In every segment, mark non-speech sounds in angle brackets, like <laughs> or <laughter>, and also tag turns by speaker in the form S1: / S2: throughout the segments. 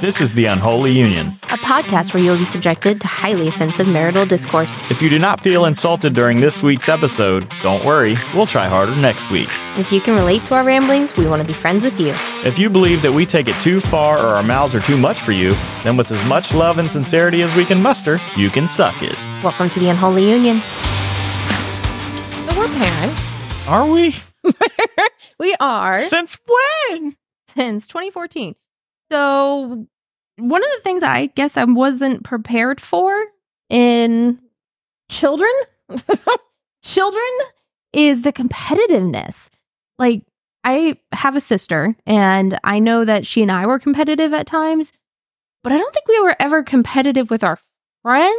S1: This is The Unholy Union.
S2: a podcast where you'll be subjected to highly offensive marital discourse.
S1: If you do not feel insulted during this week's episode, don't worry, we'll try harder next week.
S2: If you can relate to our ramblings, we want to be friends with you.
S1: If you believe that we take it too far or our mouths are too much for you, then with as much love and sincerity as we can muster, you can suck it.
S2: Welcome to the Unholy Union. But we're parent.
S1: Are we?
S2: We are
S1: Since when?
S2: since 2014. So, one of the things I guess I wasn't prepared for in children, <laughs> children is the competitiveness. Like, I have a sister, and I know that she and I were competitive at times, but I don't think we were ever competitive with our friends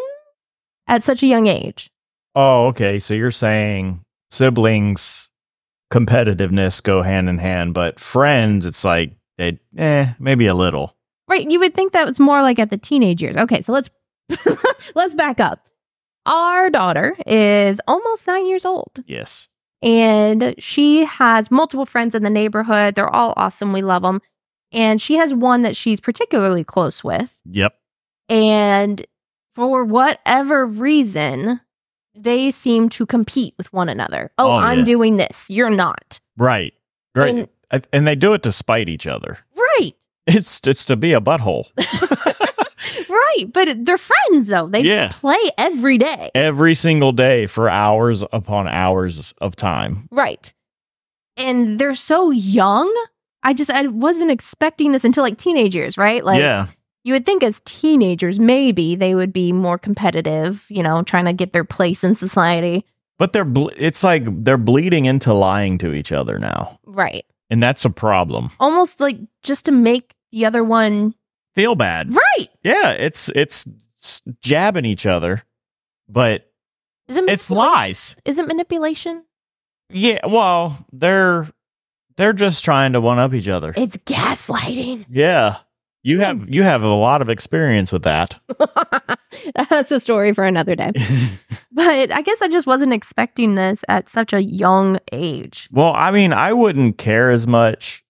S2: at such a young age.
S1: Oh, okay. So you're saying siblings competitiveness go hand in hand, but friends, it's like they eh, maybe a little.
S2: Right. You would think that was more like at the teenage years. Okay, so let's <laughs> let's back up. Our daughter is almost nine years old,
S1: Yes.
S2: and she has multiple friends in the neighborhood. They're all awesome. We love them. And she has one that she's particularly close with.
S1: Yep.
S2: And for whatever reason, they seem to compete with one another. Oh,
S1: Oh,
S2: I'm
S1: yeah.
S2: doing this. You're not.
S1: Right. Right.
S2: And-
S1: I- and they do it to spite each other.
S2: right.
S1: It's it's to be a butthole.
S2: Right. But they're friends, though. They
S1: Yeah.
S2: play every day.
S1: Every single day for hours upon hours of time.
S2: Right. And they're so young. I just I wasn't expecting this until like teenage years, right? Like
S1: yeah.
S2: you would think as teenagers maybe they would be more competitive, you know, trying to get their place in society.
S1: But they're ble- it's like they're bleeding into lying to each other now.
S2: Right.
S1: And that's a problem.
S2: Almost like just to make the other one
S1: Feel bad.
S2: right.
S1: Yeah, it's it's s- jabbing each other, but
S2: Isn't
S1: it's
S2: manipulation-
S1: lies.
S2: Isn't manipulation?
S1: Yeah, well, they're they're just trying to one up each other.
S2: It's gaslighting. <laughs>
S1: Yeah. You
S2: Mm.
S1: have you have a lot of experience with that. <laughs>
S2: That's a story for another day. But I guess I just wasn't expecting this at such a young age.
S1: well, I mean, I wouldn't care as much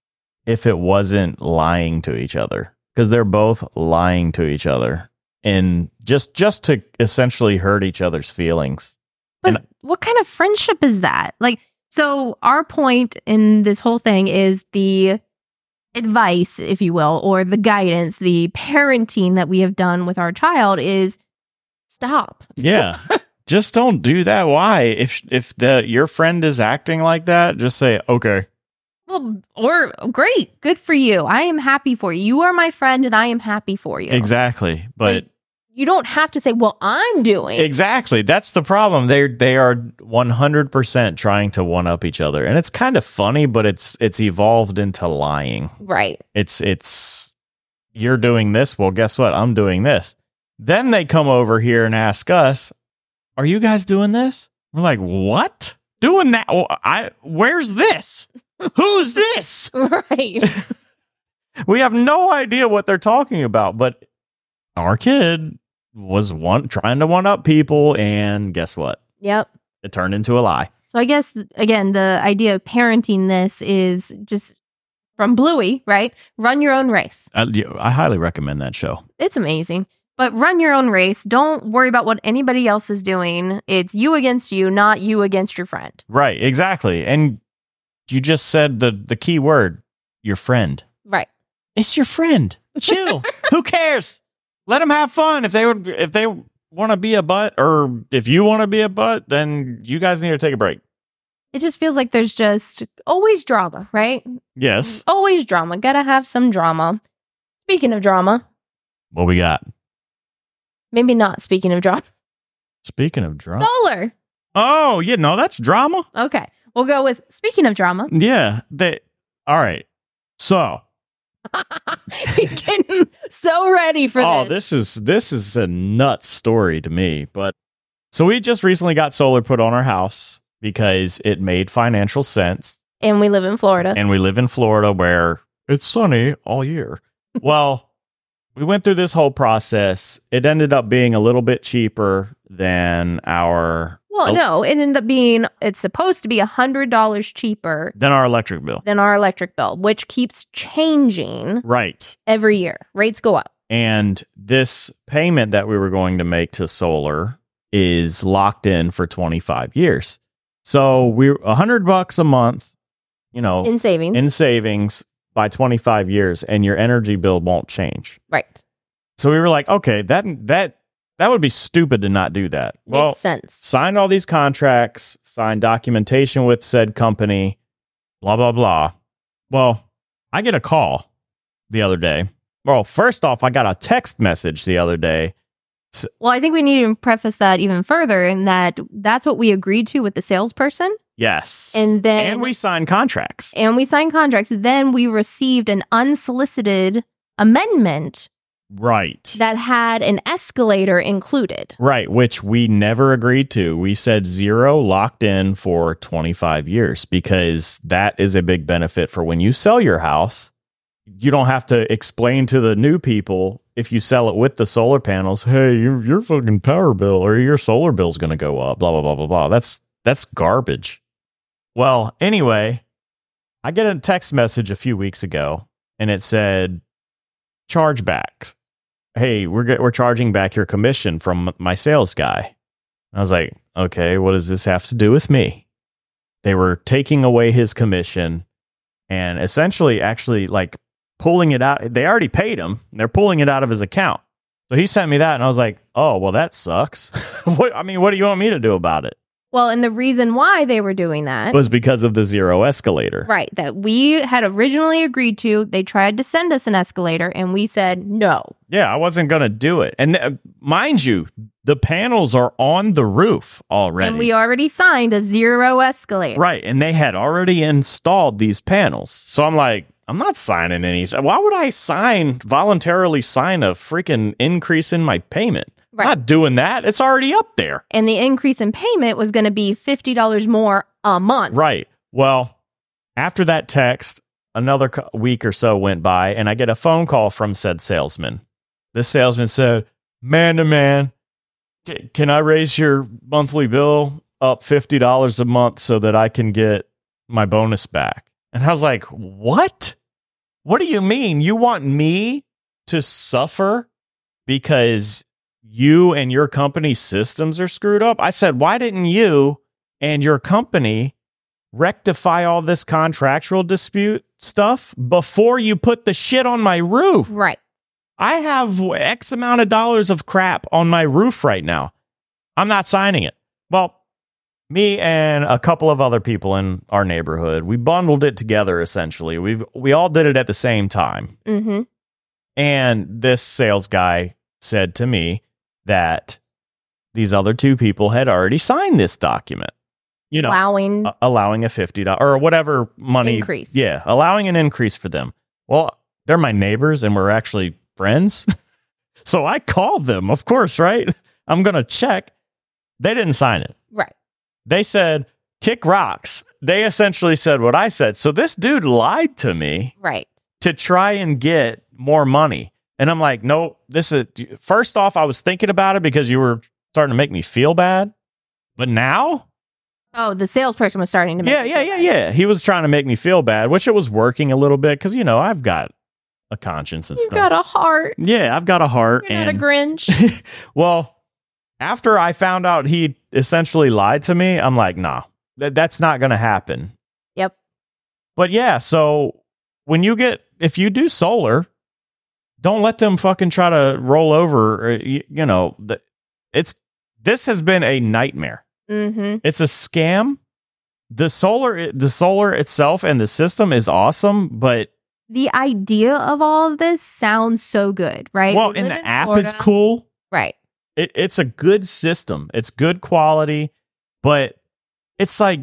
S1: if it wasn't lying to each other because they're both lying to each other and just just to essentially hurt each other's feelings.
S2: But
S1: And-
S2: what kind of friendship is that? Like, so our point in this whole thing is the advice, if you will, or the guidance, the parenting that we have done with our child is stop.
S1: Yeah. <laughs> just don't do that. Why? If if the your friend is acting like that, just say, "Okay,
S2: Well, or great, good for you. I am happy for you. You are my friend and I am happy for you.
S1: exactly." But
S2: Like, you don't have to say, well, I'm doing.
S1: exactly, that's the problem. They they are 100% trying to one up each other. And it's kind of funny, but it's it's evolved into lying.
S2: right. <laughs>
S1: It's it's you're doing this, well, guess what? I'm doing this. Then they come over here and ask us, "Are you guys doing this?" We're like, "What? Doing that? Well, I where's this? Who's this?" <laughs>
S2: Right.
S1: we have no idea what they're talking about but our kid was one trying to one up people and guess what
S2: yep.
S1: it turned into a lie
S2: So I guess again, the idea of parenting this is just from Bluey, right? Run your own race.
S1: i, yeah, I highly recommend that show
S2: It's amazing. But run your own race. Don't worry about what anybody else is doing. It's you against you, not you against your friend.
S1: right exactly and you just said the the key word your friend
S2: Right.
S1: it's your friend
S2: <laughs>
S1: chill who cares let them have fun if they would if they want to be a butt or if you want to be a butt then you guys need to take a break
S2: It just feels like there's just always drama, right?
S1: yes
S2: Always drama. Gotta have some drama. Speaking of drama,
S1: what we got
S2: maybe not speaking of drama,
S1: speaking of drama
S2: solar.
S1: oh yeah no that's drama
S2: Okay. We'll go with speaking
S1: <laughs>
S2: of drama. <laughs>
S1: Yeah. They all right. So
S2: He's getting so ready for
S1: oh,
S2: this.
S1: this is this is a nuts story to me. But so we just recently got solar put on our house because it made financial sense.
S2: And we live in Florida.
S1: And we live in Florida where it's sunny all <laughs> year. well, we went through this whole process. It ended up being a little bit cheaper than our
S2: Well,
S1: Nope.
S2: no, it ended up being it's supposed to be a hundred dollars cheaper
S1: Then our electric bill.
S2: than our electric bill, which keeps changing
S1: Right.
S2: every year. Rates go up.
S1: And this payment that we were going to make to solar is locked in for 25 years. So we're 100 bucks a month, you know,
S2: In savings.
S1: Oh. in savings by 25 years and your energy bill won't change.
S2: right.
S1: So we were like, okay, that that that would be stupid to not do that. Well,
S2: Makes sense.
S1: sign all these contracts, sign documentation with said company, blah blah blah. Well, I get a call the other day. Well, first off, I got a text message the other day.
S2: Well, I think we need to preface that even further in that that's what we agreed to with the salesperson.
S1: Yes.
S2: And then
S1: and we signed contracts.
S2: and we signed contracts. Then we received an unsolicited amendment
S1: Right.
S2: that had an escalator included.
S1: Right, which we never agreed to. We said zero locked in for 25 years because that is a big benefit for when you sell your house. You don't have to explain to the new people if you sell it with the solar panels, hey, your your fucking power bill or your solar bill's going to go up, blah blah blah blah blah. That's that's garbage. Well, anyway, I get a text message a few weeks ago and it said chargebacks hey, we're get, we're charging back your commission from my sales guy. I was like, okay, what does this have to do with me? They were taking away his commission and essentially actually like pulling it out. They already paid him. They're pulling it out of his account. So he sent me that and I was like, oh, well, that sucks. <laughs> what, I mean, what do you want me to do about it?
S2: Well, and the reason why they were doing that
S1: It was because of the zero escalator.
S2: Right, that we had originally agreed to. They tried to send us an escalator and we said no.
S1: Yeah, I wasn't going to do it. And uh, mind you, the panels are on the roof already.
S2: And we already signed a zero escalator.
S1: Right. And they had already installed these panels. So I'm like, I'm not signing any. Why would I sign, voluntarily sign a freaking increase in my payment?
S2: Right.
S1: Not doing that. It's already up there.
S2: And the increase in payment was going to be $50 more a month.
S1: Right. Well, after that text, another co- week or so went by, and I get a phone call from said salesman. This salesman said, "Man to man, ca- can I raise your monthly bill up fifty dollars a month so that I can get my bonus back?" And I was like, "What? What do you mean? You want me to suffer because?" You and your company's systems are screwed up. I said, why didn't you and your company rectify all this contractual dispute stuff before you put the shit on my roof.
S2: Right.
S1: I have X amount of dollars of crap on my roof right now. I'm not signing it. Well, me and a couple of other people in our neighborhood, we bundled it together essentially. We've we all did it at the same time.
S2: Mm-hmm.
S1: And this sales guy said to me that these other two people had already signed this document. You know,
S2: Allowing
S1: a- allowing a fifty dollars or whatever Uh, money
S2: increase.
S1: Yeah, allowing an increase for them. Well, they're my neighbors and we're actually friends, <laughs> so I called them. Of course, right? <laughs> I'm gonna check. They didn't sign it.
S2: Right.
S1: They said kick rocks. They essentially said what I said. So this dude lied to me
S2: Right.
S1: to try and get more money. And I'm like, no, this is first off, I was thinking about it because you were starting to make me feel bad. But now
S2: Oh, the salesperson was starting to make
S1: yeah,
S2: me
S1: yeah,
S2: feel
S1: yeah,
S2: bad.
S1: yeah. He was trying to make me feel bad, which it was working a little bit because you know I've got a conscience and
S2: You've
S1: stuff.
S2: got a heart.
S1: yeah, I've got a heart.
S2: You're not a
S1: and
S2: Grinch.
S1: <laughs> well, after I found out he essentially lied to me, I'm like, nah, that that's not gonna happen.
S2: Yep.
S1: But yeah, so when you get if you do solar, don't let them fucking try to roll over. Or, you, you know, the, it's this has been a nightmare.
S2: mm-hmm.
S1: It's a scam. The solar the solar itself and the system is awesome, but
S2: The idea of all of this sounds so good, right?
S1: well,
S2: We
S1: and
S2: live
S1: the
S2: in
S1: app is
S2: Florida.
S1: cool.
S2: Right.
S1: It, it's a good system. It's good quality, but it's like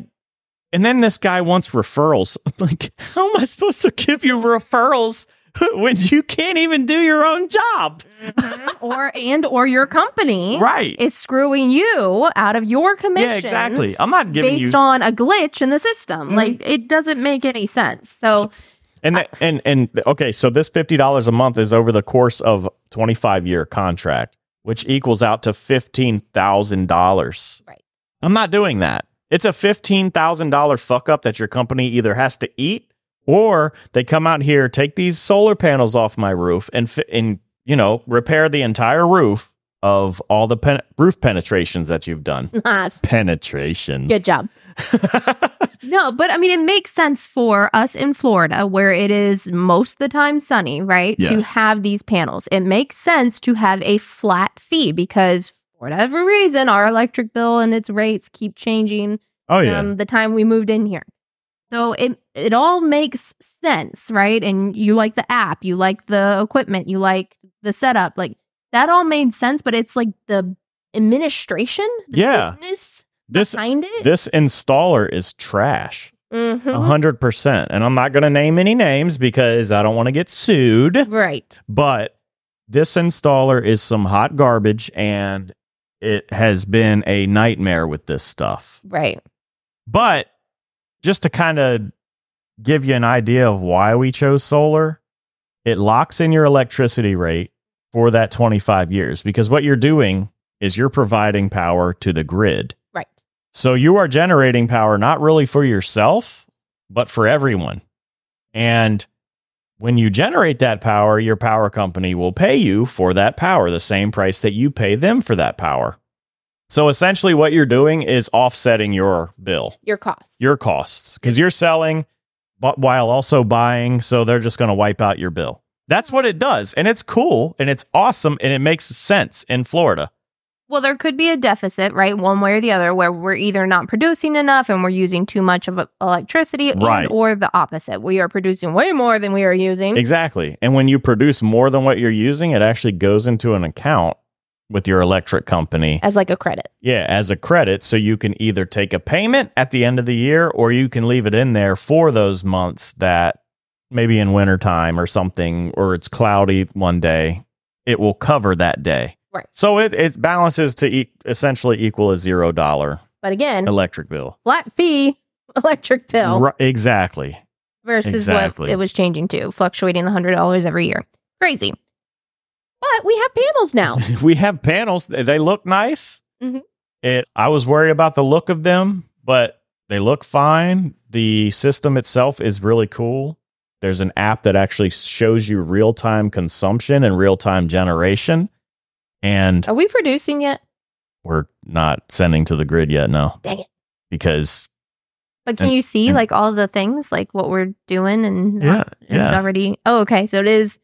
S1: and then this guy wants referrals. <laughs> I'm like, how am I supposed to give you referrals <laughs> when you can't even do your own job?
S2: or and or your company
S1: Right.
S2: is screwing you out of your commission.
S1: Yeah, exactly. I'm not giving
S2: based
S1: you
S2: on a glitch in the system.
S1: Mhm.
S2: Like it doesn't make any sense. So,
S1: And that, and and okay, so this fifty dollars a month is over the course of twenty five year contract, which equals out to fifteen thousand dollars.
S2: Right.
S1: I'm not doing that. It's a $15,000 fuck up that your company either has to eat or they come out here, take these solar panels off my roof and, fi- and you know, repair the entire roof of all the pen- roof penetrations that you've done.
S2: <laughs> Nice.
S1: Penetrations.
S2: Good job. No, but I mean, it makes sense for us in Florida, where it is most of the time sunny, right? To
S1: Yes.
S2: have these panels. It makes sense to have a flat fee because, for whatever reason, our electric bill and its rates keep changing
S1: <laughs> oh, yeah.
S2: from the time we moved in here. So it it all makes sense, right? And you like the app, you like the equipment, you like the setup, like that all made sense. But it's like the administration, the
S1: Yeah.
S2: business
S1: this
S2: behind it.
S1: this installer is trash.
S2: Mhm. <laughs>
S1: A hundred percent. And I'm not going to name any names because I don't want to get sued.
S2: Right.
S1: But this installer is some hot garbage, and it has been a nightmare with this stuff.
S2: Right.
S1: But just to kind of give you an idea of why we chose solar, it locks in your electricity rate for that 25 years because what you're doing is you're providing power to the grid.
S2: Right.
S1: So you are generating power not really for yourself, but for everyone. And when you generate that power, your power company will pay you for that power, the same price that you pay them for that power. So essentially, what you're doing is offsetting your bill,
S2: Your cost.
S1: your costs, because you're selling but while also buying. So they're just going to wipe out your bill. That's what it does. And it's cool and it's awesome and it makes sense in Florida.
S2: Well, there could be a deficit, right? One way or the other, where we're either not producing enough and we're using too much of uh, electricity, and-
S1: Right.
S2: or the opposite. We are producing way more than we are using.
S1: Exactly. And when you produce more than what you're using, it actually goes into an account with your electric company.
S2: as like a credit.
S1: Yeah, as a credit. So you can either take a payment at the end of the year or you can leave it in there for those months that maybe in wintertime or something, or it's cloudy one day, it will cover that day.
S2: Right.
S1: So it, it balances to e- essentially equal a zero dollar
S2: But again,
S1: electric bill.
S2: flat fee <laughs> electric Mm. bill
S1: Ri- exactly.
S2: versus
S1: exactly.
S2: what it was changing to, fluctuating $100 every year. Crazy. But we have
S1: <laughs>
S2: panels now.
S1: we have panels. They- They look nice.
S2: Mhm.
S1: It. I was worried about the look of them, but they look fine. The system itself is really cool. There's an app that actually shows you real time consumption and real time generation, and
S2: are we producing yet?
S1: we're not sending to the grid yet. No,
S2: Dang it.
S1: because
S2: But can
S1: And-
S2: you see
S1: and-
S2: like all the things, like what we're doing and
S1: yeah,
S2: it's
S1: yeah,
S2: already, oh, okay. So it is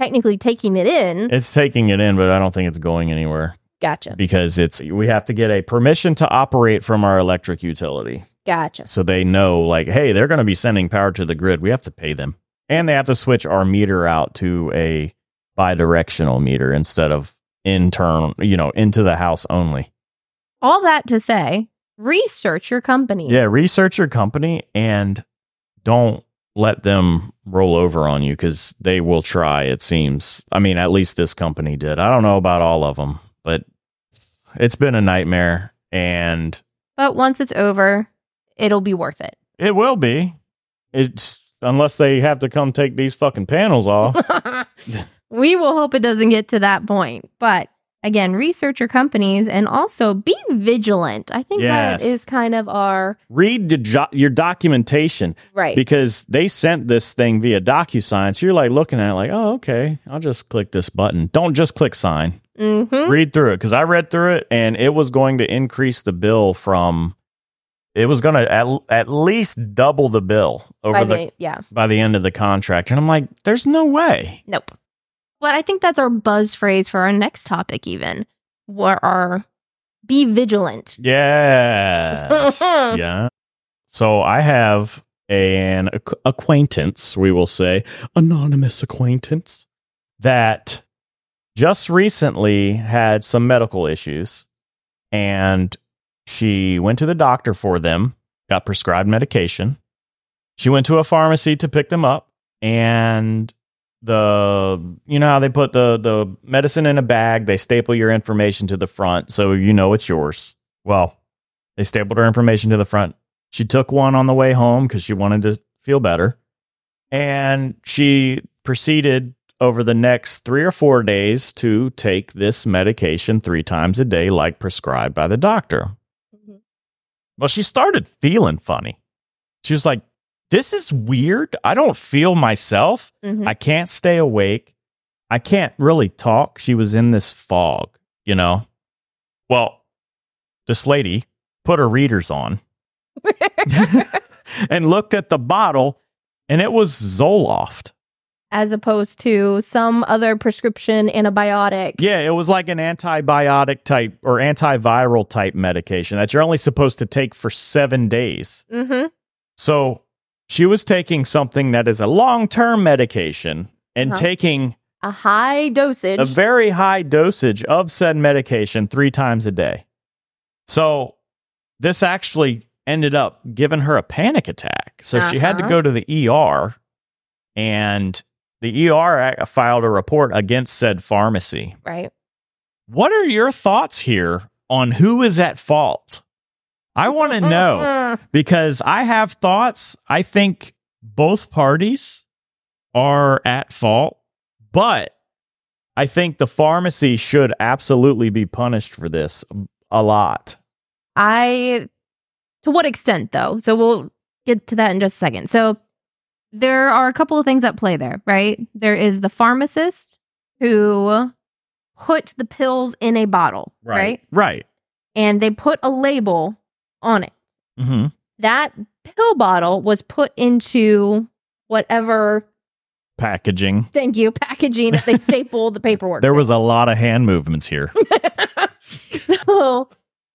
S2: technically taking it in.
S1: it's taking it in, but I don't think it's going anywhere
S2: Gotcha.
S1: because it's we have to get a permission to operate from our electric utility.
S2: Gotcha.
S1: so they know like hey they're going to be sending power to the grid we have to pay them and they have to switch our meter out to a bidirectional meter instead of intern you know into the house only
S2: All that to say, research your company.
S1: yeah research your company and don't let them roll over on you because they will try it seems i mean at least this company did i don't know about all of them but it's been a nightmare and
S2: But once it's over, it'll be worth it.
S1: it will be it's unless they have to come take these fucking panels off
S2: we will hope it doesn't get to that point. But again, research your companies and also be vigilant. I think
S1: Yes.
S2: that is kind of our
S1: read the jo- your documentation
S2: right.
S1: because they sent this thing via DocuSign. So you're like looking at it like, oh, okay, I'll just click this button. Don't just click sign.
S2: hmm
S1: Read through it because I read through it and it was going to increase the bill from. It was going to at, at least double the bill over
S2: By
S1: the
S2: the- yeah.
S1: by the end of the contract, and I'm like, "There's no way."
S2: Nope. But I think that's our buzz phrase for our next topic, even. Where our be vigilant.
S1: Yes. yeah. So I have an ac- acquaintance, we will say, anonymous acquaintance, that just recently had some medical issues and she went to the doctor for them, got prescribed medication. She went to a pharmacy to pick them up and the you know how they put the the medicine in a bag, they staple your information to the front so you know it's yours. Well, they stapled her information to the front. She took one on the way home because she wanted to feel better. And she proceeded over the next three or four days to take this medication three times a day, like prescribed by the doctor. Well, she started feeling funny. She was like, This is weird. I don't feel myself.
S2: Mhm.
S1: I can't stay awake. I can't really talk. She was in this fog, you know? Well, this lady put her readers on and looked at the bottle, and it was Zoloft.
S2: As opposed to some other prescription antibiotic.
S1: Yeah, it was like an antibiotic type or antiviral type medication that you're only supposed to take for seven days.
S2: Mm-hmm.
S1: So she was taking something that is a long term medication and
S2: Uh-huh.
S1: taking
S2: A high dosage.
S1: a very high dosage of said medication three times a day. So this actually ended up giving her a panic attack. So she had to
S2: Uh-huh.
S1: go to the ER, and the ER ac- filed a report against said pharmacy.
S2: right.
S1: What are your thoughts here on who is at fault? I
S2: <laughs>
S1: want to know
S2: Mm-mm.
S1: because I have thoughts. I think both parties are at fault, but I think the pharmacy should absolutely be punished for this a lot.
S2: I, to what extent though? So we'll get to that in just a second. So there are a couple of things at play there, right? There is the pharmacist who put the pills in a bottle, right?
S1: Right.
S2: And they put a label on it.
S1: hmm
S2: That pill bottle was put into whatever,
S1: Packaging.
S2: thank you, packaging that they stapled the paperwork.
S1: There
S2: with.
S1: was a lot of hand movements
S2: <laughs>
S1: here.
S2: so,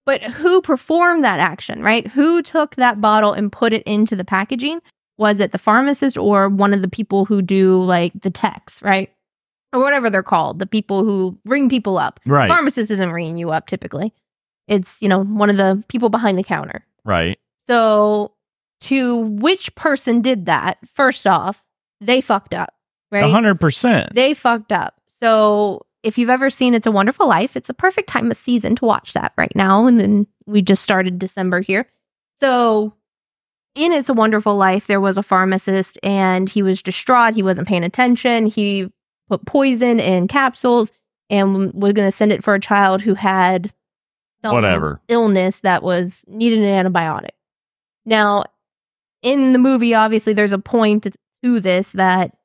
S2: but who performed that action, right? Who took that bottle and put it into the packaging? Was it the pharmacist or one of the people who do like the techs, right? Or whatever they're called, the people who ring people up.
S1: Right.
S2: Pharmacist isn't ringing you up typically. It's, you know, one of the people behind the counter.
S1: right.
S2: So, to which person did that? First off, they fucked up, right?
S1: A hundred percent.
S2: They fucked up. So if you've ever seen It's a Wonderful Life, it's a perfect time of season to watch that right now. And then we just started December here. So in It's a Wonderful Life, there was a pharmacist and he was distraught. He wasn't paying attention. He put poison in capsules and was going to send it for a child who had some
S1: Whatever.
S2: illness that was needed an antibiotic. Now, in the movie, obviously, there's a point to this that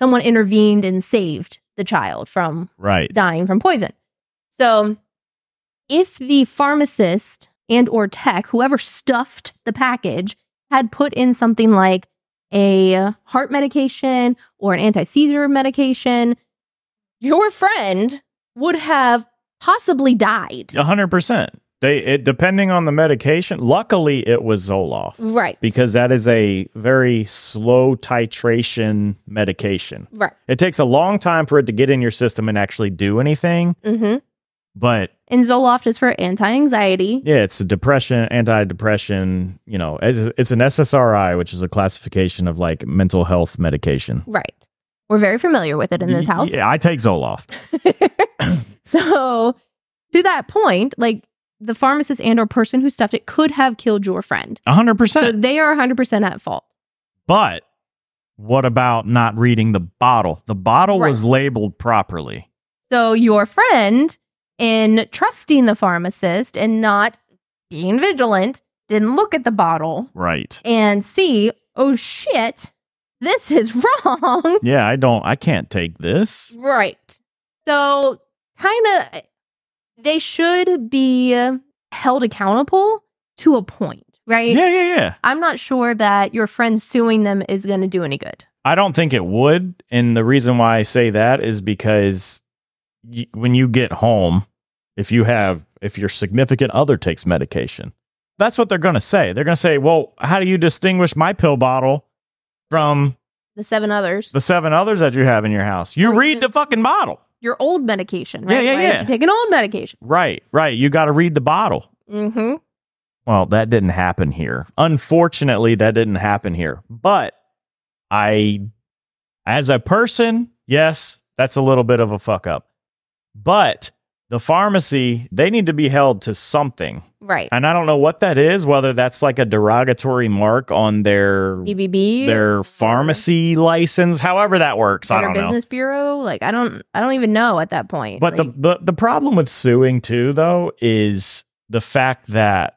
S2: someone intervened and saved the child from
S1: Right.
S2: dying from poison. So, if the pharmacist and or tech, whoever stuffed the package, had put in something like a heart medication or an anti-seizure medication, your friend would have possibly died.
S1: A hundred percent. They it, depending on the medication. Luckily, it was Zoloft
S2: Right.
S1: because that is a very slow titration medication.
S2: right.
S1: It takes a long time for it to get in your system and actually do anything,
S2: Mhm.
S1: but
S2: And Zoloft is for anti-anxiety.
S1: yeah, it's a depression, anti-depression, you know, it's, it's an SSRI, which is a classification of like mental health medication.
S2: Right. We're very familiar with it in this
S1: Y-
S2: house.
S1: Yeah, I take Zoloft.
S2: <laughs> so to that point, like the pharmacist and or person who stuffed it could have killed your friend.
S1: 100%.
S2: So they are 100% at fault.
S1: but what about not reading the bottle? The bottle was labeled properly.
S2: So your friend in trusting the pharmacist and not being vigilant didn't look at the bottle
S1: Right.
S2: and see, oh shit, this is <laughs> wrong.
S1: Yeah, I don't I can't take this.
S2: Right. So, kind of, they should be uh, held accountable to a point, right?
S1: Yeah, yeah, yeah.
S2: I'm not sure that your friend suing them is going to do any good.
S1: I don't think it would. And the reason why I say that is because y- when you get home, if you have, if your significant other takes medication, that's what they're going to say. They're going to say, well, how do you distinguish my pill bottle from
S2: The seven others,
S1: the seven others that you have in your house? You
S2: Well,
S1: read
S2: you-
S1: the fucking bottle.
S2: your old medication,
S1: Yeah,
S2: right?
S1: yeah,
S2: Why did
S1: yeah.
S2: You take an old medication.
S1: Right, right. You got to read the bottle.
S2: Mm-hmm.
S1: Well, that didn't happen here. Unfortunately, that didn't happen here. But I, as a person, yes, that's a little bit of a fuck up. But the pharmacy, they need to be held to something.
S2: Right.
S1: And I don't know what that is, whether that's like a derogatory mark on their
S2: BBB.
S1: their pharmacy license, however that works. I
S2: Better
S1: don't know.
S2: Business Bureau. Like, I don't, I don't even know at that point.
S1: But the,
S2: Like,
S1: the the problem with suing too though is the fact that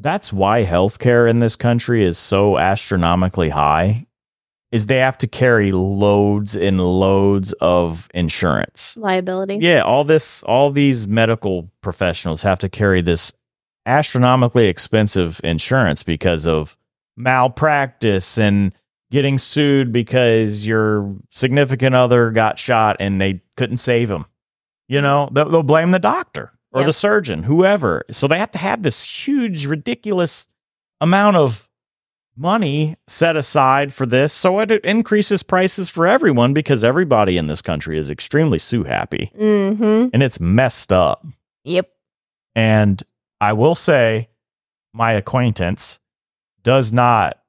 S1: that's why healthcare in this country is so astronomically high is they have to carry loads and loads of insurance.
S2: Liability.
S1: Yeah, all this all these medical professionals have to carry this astronomically expensive insurance because of malpractice and getting sued because your significant other got shot and they couldn't save him. You know, they'll, they'll blame the doctor or
S2: Yep.
S1: the surgeon, whoever. So they have to have this huge, ridiculous amount of money set aside for this. So it increases prices for everyone because everybody in this country is extremely sue happy
S2: Mm-hmm.
S1: and it's messed up.
S2: Yep.
S1: And I will say my acquaintance does not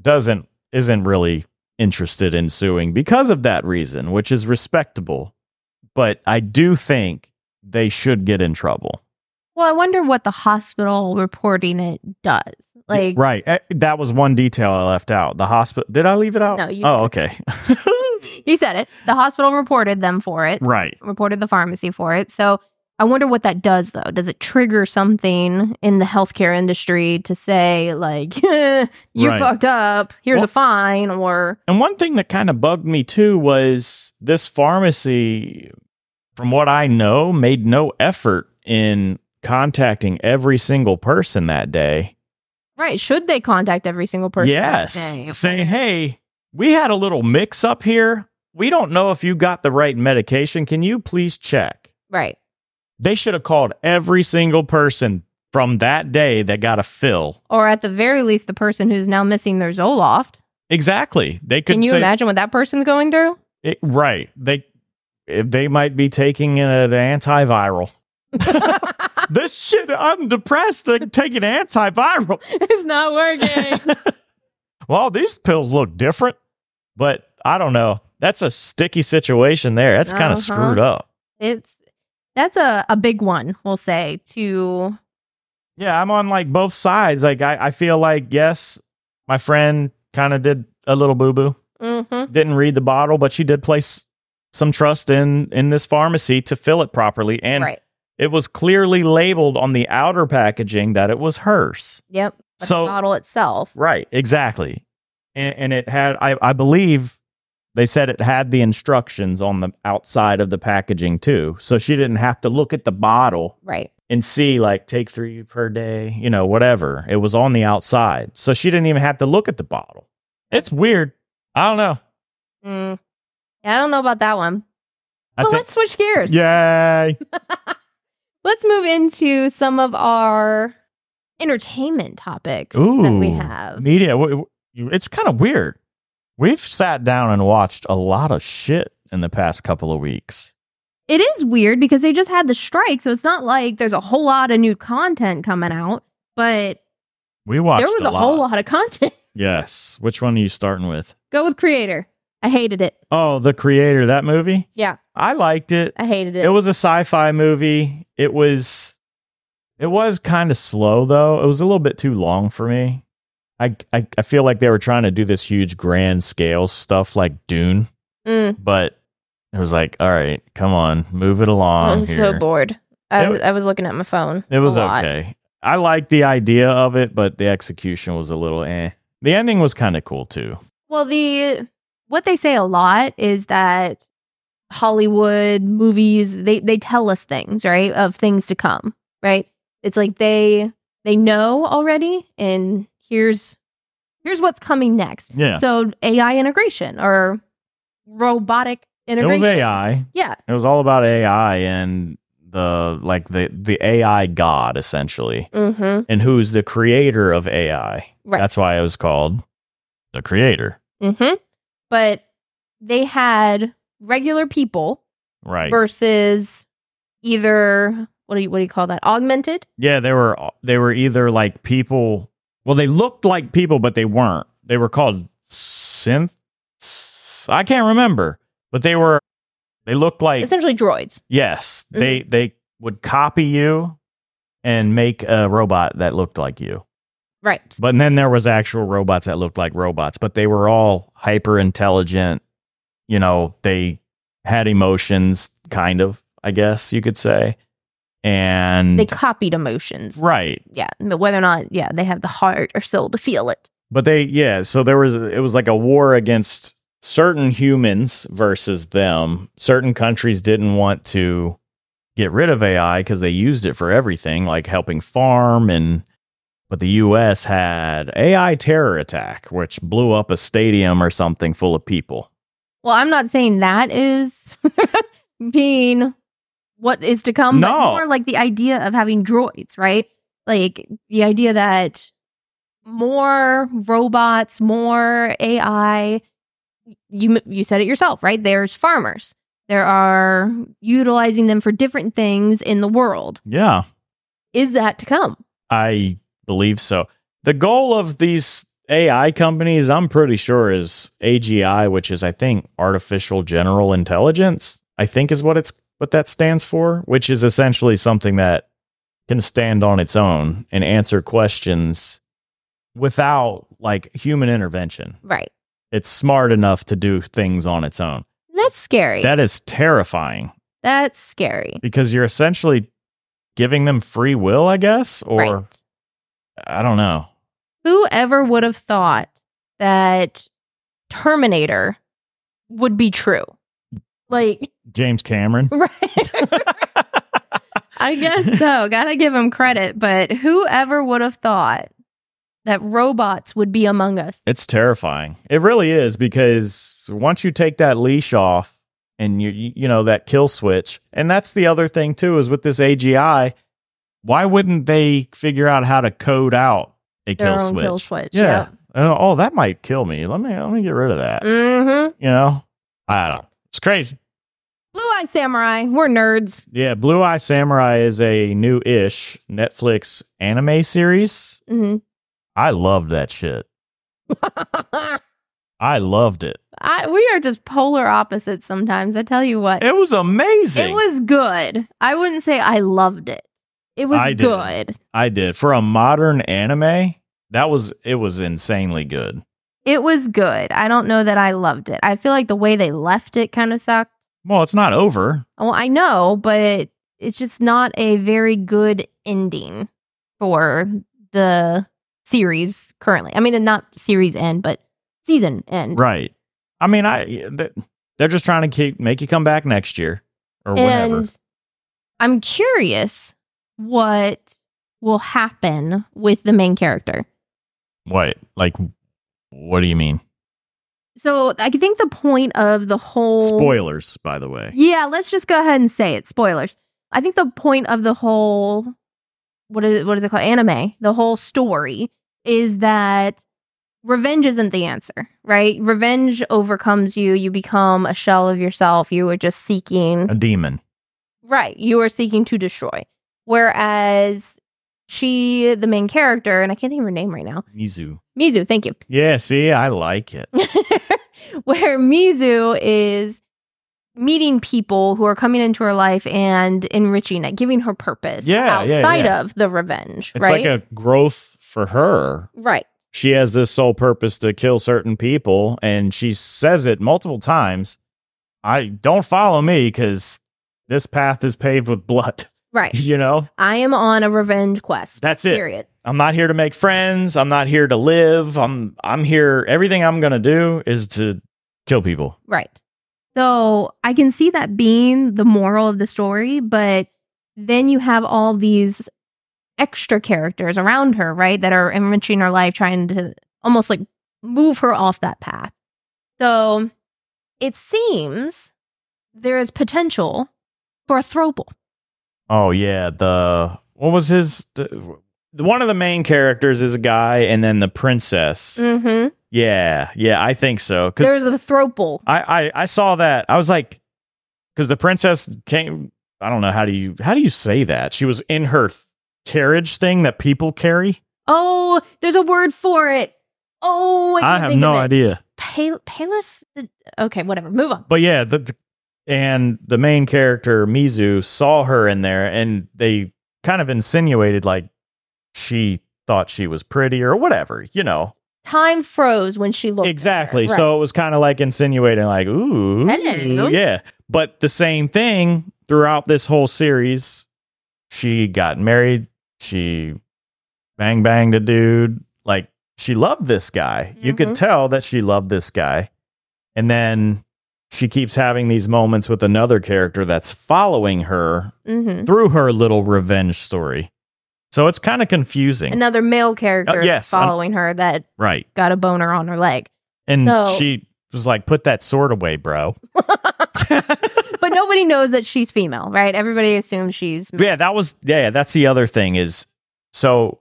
S1: doesn't isn't really interested in suing because of that reason, which is respectable. But I do think they should get in trouble.
S2: Well, I wonder what the hospital reporting it does. Like,
S1: right. Eh, That was one detail I left out. The hospital Did I leave it out?
S2: No, you-
S1: Oh, okay. <laughs>
S2: you said it. The hospital reported them for it.
S1: right.
S2: reported the pharmacy for it. So I wonder what that does though. Does it trigger something in the healthcare industry to say like <laughs> you
S1: Right.
S2: fucked up, here's
S1: Well-
S2: a fine or
S1: And one thing that kind of bugged me too was this pharmacy, from what I know, made no effort in contacting every single person that day.
S2: right, should they contact every single person?
S1: yes.
S2: Say,
S1: Saying, hey, we had a little mix up here. We don't know if you got the right medication. Can you please check?
S2: Right.
S1: They should have called every single person from that day that got a fill.
S2: Or at the very least the person who's now missing their Zoloft.
S1: Exactly. They could
S2: Can you
S1: say,
S2: imagine what that person's going through? <laughs>
S1: It, right. They eh, they might be taking an antiviral. <laughs> this shit, I'm depressed. They're taking antiviral. <laughs>
S2: it's not working.
S1: well, these pills look different, but I don't know. That's a sticky situation there. That's kind
S2: Uh-huh.
S1: of screwed up.
S2: it's that's a, a big one, we'll say, to
S1: Yeah, I'm on like both sides. Like, I, I feel like, yes, my friend kind of did a little boo boo.
S2: Mhm.
S1: Didn't read the bottle, but she did place some trust in in this pharmacy to fill it properly and
S2: right.
S1: It was clearly labeled on the outer packaging that it was hers.
S2: Yep. But
S1: So-
S2: the bottle itself.
S1: Right. Exactly. And, and it had, I, I believe they said it had the instructions on the outside of the packaging too. So she didn't have to look at the bottle
S2: Right.
S1: and see, like, take three per day, you know, whatever. It was on the outside. So she didn't even have to look at the bottle. It's weird. I don't know.
S2: Mm. Yeah, I don't know about that one.
S1: I
S2: but
S1: thi-
S2: let's switch gears.
S1: Yay.
S2: Let's move into some of our entertainment topics that we
S1: Ooh,
S2: have.
S1: Media. w- w- It's kind of weird. We've sat down and watched a lot of shit in the past couple of weeks.
S2: It is weird because they just had the strike, so it's not like there's a whole lot of new content coming out, but
S1: We watched
S2: there was
S1: a,
S2: a, whole lot of content. <laughs>
S1: Yes. Which one are you starting with?
S2: Go with creator. I hated it.
S1: Oh, The Creator, that movie?
S2: Yeah.
S1: I liked it.
S2: I hated it.
S1: It was a sci-fi movie. It was it was kind of slow though. It was a little bit too long for me. I, I I feel like they were trying to do this huge grand scale stuff like Dune,
S2: Mm,
S1: but it was like, all right, come on, move it
S2: I
S1: along.
S2: was
S1: here.
S2: so bored. I,
S1: It
S2: was, I was looking at my phone.
S1: It
S2: a
S1: was
S2: lot.
S1: okay. I liked the idea of it, but the execution was a little eh. The ending was kind of cool too.
S2: Well, the what they say a lot is that Hollywood movies they they tell us things, right, of things to come, right? It's like they they know already and here's here's what's coming next.
S1: Yeah.
S2: So AI integration or robotic
S1: it was
S2: integration.
S1: AI.
S2: Yeah.
S1: It was all about AI and the like the the AI god essentially.
S2: Mhm.
S1: And who's the creator of AI?
S2: Right.
S1: That's why it was called the creator.
S2: Mhm. But they had regular people
S1: Right.
S2: versus either what do you what do you call that? Augmented?
S1: yeah, they were they were either like people well, they looked like people, but they weren't. They were called synth I can't remember. But they were they looked like
S2: Essentially droids.
S1: Yes, they they would copy you and make a robot that looked like you.
S2: Right.
S1: But then there was actual robots that looked like robots, but they were all hyper intelligent. You know, they had emotions kind of, I guess you could say. and
S2: They copied emotions.
S1: right
S2: Yeah. but Whether or not, yeah, they have the heart or soul to feel it.
S1: but they yeah so there was it was like a war against certain humans versus them certain countries didn't want to get rid of ai because they used it for everything like helping farm and but the us had ai terror attack which blew up a stadium or something full of people
S2: Well, I'm not saying that is <laughs> being what is to come, but
S1: No.
S2: more like the idea of having droids, right? Like the idea that more robots, more AI. You you said it yourself, right? There's farmers. There are utilizing them for different things in the world.
S1: yeah
S2: Is that to come?
S1: I believe so. The goal of these AI companies, I'm pretty sure, is AGI, which is, I think, artificial general intelligence. I think is what it's what that stands for, which is essentially something that can stand on its own and answer questions without like human intervention.
S2: Right.
S1: It's smart enough to do things on its own.
S2: That's scary.
S1: That is terrifying
S2: That's scary.
S1: because you're essentially giving them free will, I guess, or
S2: right.
S1: I don't know.
S2: Whoever would have thought that Terminator would be true? Like, <laughs>
S1: James Cameron.
S2: right? I guess so. Gotta give him credit. But whoever would have thought that robots would be among us?
S1: It's terrifying. It really is because once you take that leash off and you you you know that kill switch, and that's the other thing too is with this AGI, why wouldn't they figure out how to code out a
S2: Their
S1: kill
S2: own
S1: switch?
S2: kill switch.
S1: Yeah. Oh, oh, that might kill me. Let me let me get rid of that.
S2: Mm hmm.
S1: You know, I don't. It's crazy.
S2: Blue Eye Samurai. We're nerds.
S1: Yeah, Blue Eye Samurai is a new-ish Netflix anime series.
S2: Mm
S1: I loved that
S2: <laughs>
S1: shit.
S2: hmm.
S1: I loved it.
S2: I, we are just polar opposites sometimes. I tell you what.
S1: It was amazing.
S2: It was good. I wouldn't say I loved it. It was
S1: I didn't.
S2: good.
S1: I did. For a modern anime, that was it was insanely good.
S2: It was good. I don't know that I loved it. I feel like the way they left it kind of sucked.
S1: Well, it's not
S2: <laughs>
S1: over.
S2: Well, I know, but it's just not a very good ending for the series currently. I mean, and not series end, but season end.
S1: Right. I mean, I th- they're just trying to keep make you come back next year or whenever.
S2: And I'm curious what will happen with the main character.
S1: What? Like what do you mean?
S2: So I think the point of the whole
S1: Spoilers, by the way.
S2: Yeah, let's just go ahead and say it. Spoilers. I think the point of the whole what is what is it called? Anime. The whole story is that revenge isn't the answer, right? Revenge overcomes you. You become a shell of yourself. You are just seeking
S1: A demon.
S2: Right. You are seeking to destroy. Whereas she, the main character, and I can't think of her name right now.
S1: Mizu.
S2: Mizu, thank you.
S1: Yeah, see, I like it.
S2: <laughs> where Mizu is meeting people who are coming into her life and enriching it, giving her purpose
S1: Yeah, yeah,
S2: outside
S1: yeah.
S2: of the revenge,
S1: It's like
S2: right?
S1: a growth for her.
S2: right.
S1: She has this sole purpose to kill certain people and she says it multiple times. I don't follow me cuz this path is paved with blood. <laughs>
S2: Right.
S1: you know
S2: I am on a revenge quest.
S1: that's it
S2: Period.
S1: i'm not here to make friends i'm not here to live i'm i'm here everything i'm gonna do is to kill people
S2: Right. So I can see that being the moral of the story, but then you have all these extra characters around her, right? That are enriching her life, trying to almost like move her off that path. So it seems there is potential for a throwball.
S1: oh yeah the what was his the, one of the main characters is a guy and then the princess
S2: Mm-hmm.
S1: yeah yeah i think so because
S2: There's a throwball.
S1: I, I I saw that. I was like, because the princess came. I don't know how do you how do you say that? She was in her th- carriage thing that people carry.
S2: Oh, there's a word for it. Oh, I, can't
S1: I have
S2: think
S1: no
S2: of it.
S1: idea.
S2: Pal- Palif? Okay, whatever. Move on.
S1: But yeah, the, the- and the main character Mizu saw her in there, and they kind of insinuated like she thought she was pretty or whatever, you know.
S2: Time froze when she looked. at her.
S1: Exactly.
S2: Right.
S1: So it was kind of like insinuating, like, ooh,
S2: Hello.
S1: yeah. But the same thing throughout this whole series, She got married. She bang banged a dude. Like she loved this guy. You could
S2: Mhm.
S1: tell that she loved this guy. And then she keeps having these moments with another character that's following her
S2: Mm-hmm.
S1: through her little revenge story. So it's kind of confusing.
S2: Another male character
S1: Uh, yes, I'm-
S2: following her that
S1: right.
S2: got a boner on her leg.
S1: And
S2: So-
S1: she was like, put that sword away,
S2: <laughs>
S1: bro.
S2: But nobody knows that she's female, right? Everybody assumes she's
S1: yeah that was yeah that's the other thing is so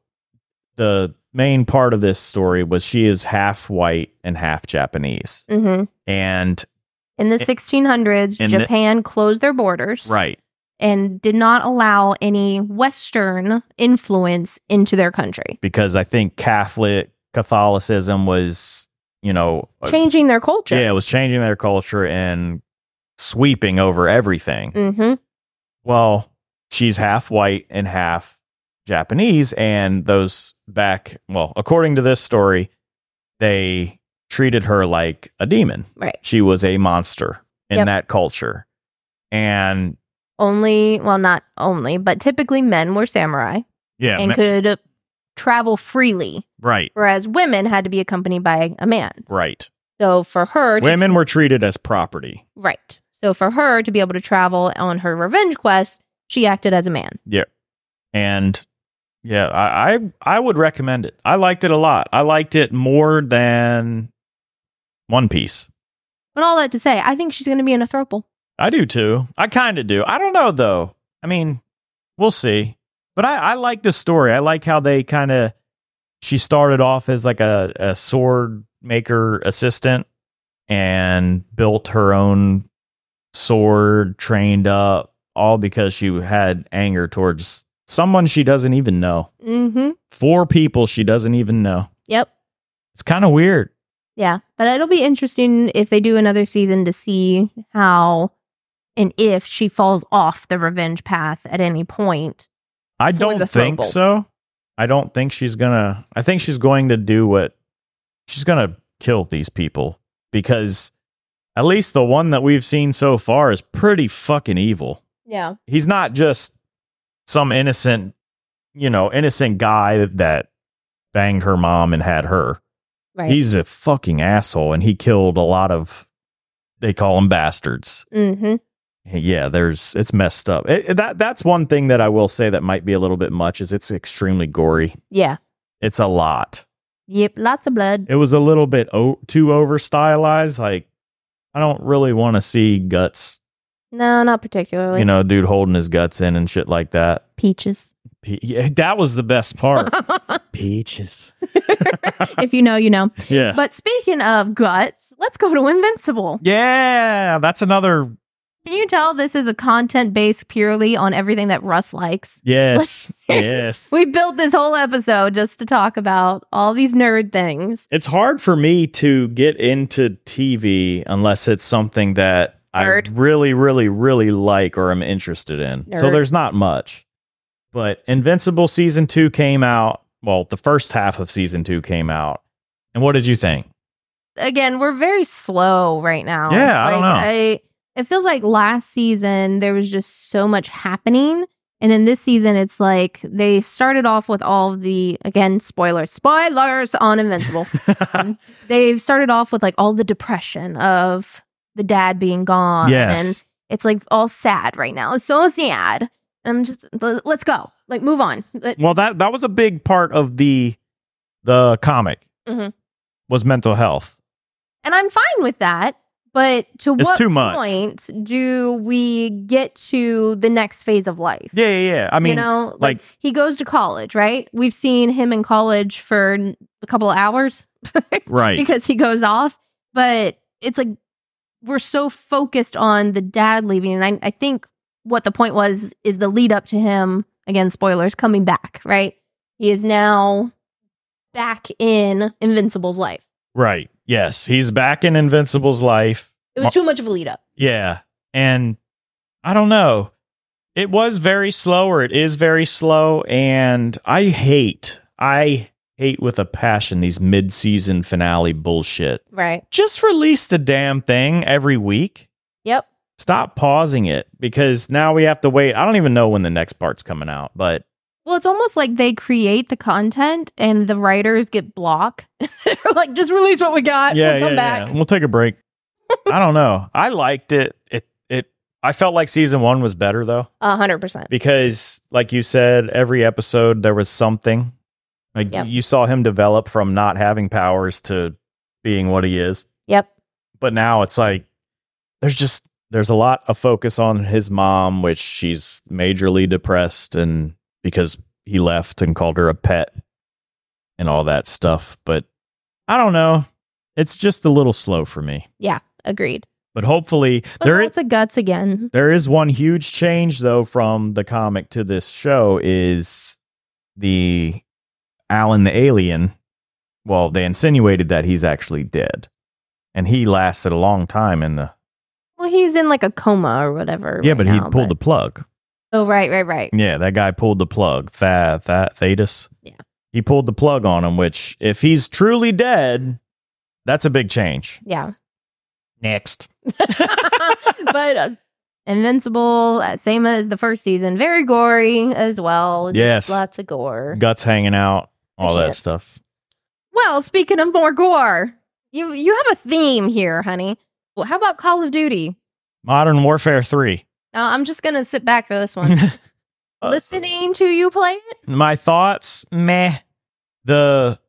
S1: the main part of this story was she is half white and half japanese
S2: Mhm.
S1: and
S2: in the
S1: In-
S2: 1600s.
S1: Eh, in the-
S2: Japan closed their borders
S1: right
S2: and did not allow any Western influence into their country,
S1: because i think catholic catholicism was you know uh,
S2: changing their culture.
S1: yeah it was changing their culture and sweeping over everything
S2: hmm
S1: well she's half white and half japanese and those back well according to this story they treated her like a demon
S2: Right.
S1: she was a monster in
S2: Yep.
S1: that culture and
S2: Only, well, not only, but typically men were samurai
S1: yeah
S2: and
S1: ma-
S2: could travel freely,
S1: right
S2: whereas women had to be accompanied by a man.
S1: right
S2: So for her, to,
S1: women were treated as property
S2: right? So for her to be able to travel on her revenge quest, she acted as a man.
S1: and yeah I, I i would recommend it i liked it a lot i liked it more than one piece
S2: But all that to say, I think she's going to be in a throuple.
S1: I do too. I kind of do. I don't know though. I mean, we'll see. But I, I like this story. I like how they kind of she started off as like a, a sword maker assistant and built her own sword, trained up, all because she had anger towards someone she doesn't even know.
S2: Mm-hmm.
S1: Four people she doesn't even know.
S2: Yep.
S1: It's kind of weird.
S2: Yeah, but it'll be interesting if they do another season to see how and if she falls off the revenge path at any point.
S1: I
S2: for
S1: don't
S2: the
S1: think
S2: throuple.
S1: so. I don't think she's gonna. I think she's going to do what she's gonna kill these people because at least the one that we've seen so far is pretty fucking evil.
S2: Yeah.
S1: He's not just some innocent, you know, innocent guy that, that banged her mom and had her.
S2: Right.
S1: He's a fucking asshole and he killed a lot of they call them bastards
S2: mm-hmm.
S1: yeah there's it's messed up It- that that's one thing that i will say that might be a little bit much is it's extremely gory
S2: Yeah.
S1: it's a lot
S2: Yep. Lots of blood.
S1: it was a little bit o- too over stylized like i don't really want to see guts
S2: No, not particularly.
S1: you know dude holding his guts in and shit like that
S2: Peaches.
S1: Pe- yeah, <laughs> that was the best part peaches
S2: <laughs> if you know, you know.
S1: <laughs> yeah
S2: But speaking of guts, let's go to Invincible.
S1: yeah that's another
S2: Can you tell this is a content based purely on everything that Russ likes?
S1: yes yes
S2: We built this whole episode just to talk about all these nerd things.
S1: it's hard for me to get into TV unless it's something that
S2: Nerd.
S1: I really, really, really like or am interested in. So
S2: Nerd.
S1: there's not much. But Invincible season two came out. Well, the first half of season two came out. And what did you
S2: <laughs>
S1: think?
S2: again, we're very slow right now.
S1: Yeah, I don't
S2: Like,
S1: know.
S2: I it feels like last season there was just so much happening. And then this season it's like they started off with all of the again, spoilers, spoilers
S1: <laughs>
S2: on Invincible. They've started off with like all the depression of the dad being gone. And
S1: yes.
S2: it's like all sad right now. It's so sad. I'm just l- let's go. Like move on. Let-
S1: Well, that that was a big part of the the comic
S2: Mhm.
S1: was mental health.
S2: And I'm fine with that. But to
S1: It's
S2: what
S1: too much.
S2: point do we get to the next phase of life?
S1: Yeah, yeah, yeah. I mean,
S2: you know, like,
S1: like-
S2: he goes to college, right? We've seen him in college for n- a couple of hours
S1: right.
S2: because he goes off. But it's like we're so focused on the dad leaving. And I, I think what the point was is the lead up to him, again, spoilers, coming back, right? He is now back in Invincible's life.
S1: right. Yes. He's back in Invincible's life.
S2: It was too much of a lead up.
S1: Yeah. And I don't know. It was very slow or it is very slow and I hate I hate with a passion these mid-season finale bullshit.
S2: Right.
S1: Just release the damn thing every week.
S2: Yep.
S1: Stop pausing it because now we have to wait. I don't even know when the next part's coming out, but
S2: Well, it's almost like they create the content and the writers get block. <laughs> They're like, just release what we got. Uh, we'll come back.
S1: We'll take a
S2: <laughs>
S1: break. I don't know. I liked it. It it I felt like season 1 was better though
S2: A hundred percent.
S1: because like you said every episode there was something. Like
S2: Yep.
S1: you saw him develop from not having powers to being what he is.
S2: Yep.
S1: but now it's like there's just there's a lot of focus on his mom which she's majorly depressed and because he left and called her a pet and all that stuff but i don't know it's just a little slow for me
S2: Agreed.
S1: but hopefully
S2: But
S1: there
S2: lots of guts again.
S1: there is one huge change though from the comic to this show is the Alan the alien. Well, they insinuated that he's actually dead. And he lasted a long time in the
S2: Well, he's in like a coma or whatever.
S1: Yeah,
S2: right
S1: but
S2: now,
S1: he pulled the plug.
S2: Oh, right, right, right.
S1: Yeah, that guy pulled the plug. That that Thetis.
S2: Yeah.
S1: He pulled the plug on him, which if he's truly dead, that's a big change.
S2: Yeah. <laughs>
S1: Next.
S2: but uh, Invincible, uh, same as the first season, very gory as well. Just
S1: Yes.
S2: Lots of gore.
S1: Guts hanging out, all that
S2: Shit.
S1: stuff.
S2: Well, speaking of more gore, you you have a theme here, honey. Well, how about Call of Duty?
S1: Modern Warfare 3.
S2: Now, I'm just going to sit back for
S1: <laughs>
S2: this one.
S1: Uh,
S2: Listening to you play it?
S1: my thoughts meh the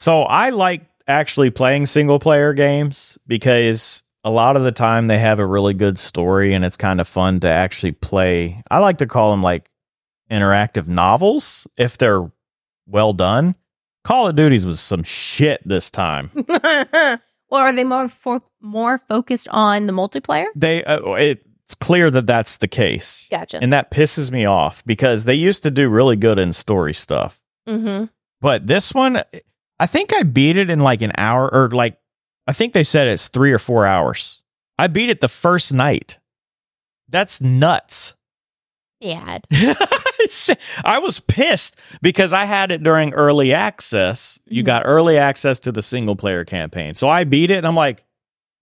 S1: so i like actually playing single player games because a lot of the time they have a really good story and it's kind of fun to actually play i like to call them like interactive novels if they're well done call of duties was some shit this time
S2: <laughs> or are they more fo- more focused on the multiplayer?
S1: they uh, it's clear that that's the case
S2: Gotcha.
S1: and that pisses me off because they used to do really good in story stuff
S2: hmm
S1: But this one, I think I beat it in like an hour or like, I think they said it's three or four hours. I beat it the first night. That's nuts.
S2: Yeah.
S1: I was pissed because I had it during early access. You got early access to the single player campaign. So I beat it and I'm like,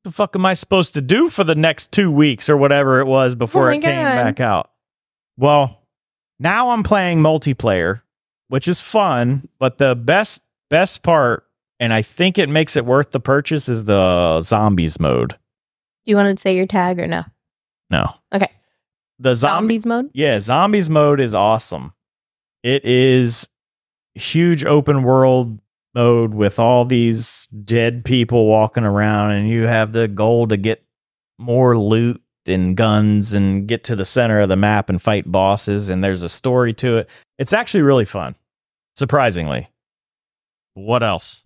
S1: the fuck am I supposed to do for the next two weeks or whatever it was before
S2: Oh my
S1: it came
S2: God.
S1: back out? Well, now I'm playing multiplayer, which is fun, but the best best part, and I think it makes it worth the purchase, is the zombies mode.
S2: Do you want to say your tag or no?
S1: No.
S2: Okay.
S1: The zombie
S2: Zombies mode?
S1: yeah, zombies mode is awesome. It is huge open world mode with all these dead people walking around, and you have the goal to get more loot and guns and get to the center of the map and fight bosses. And there's a story to it. It's actually really fun, surprisingly. What else?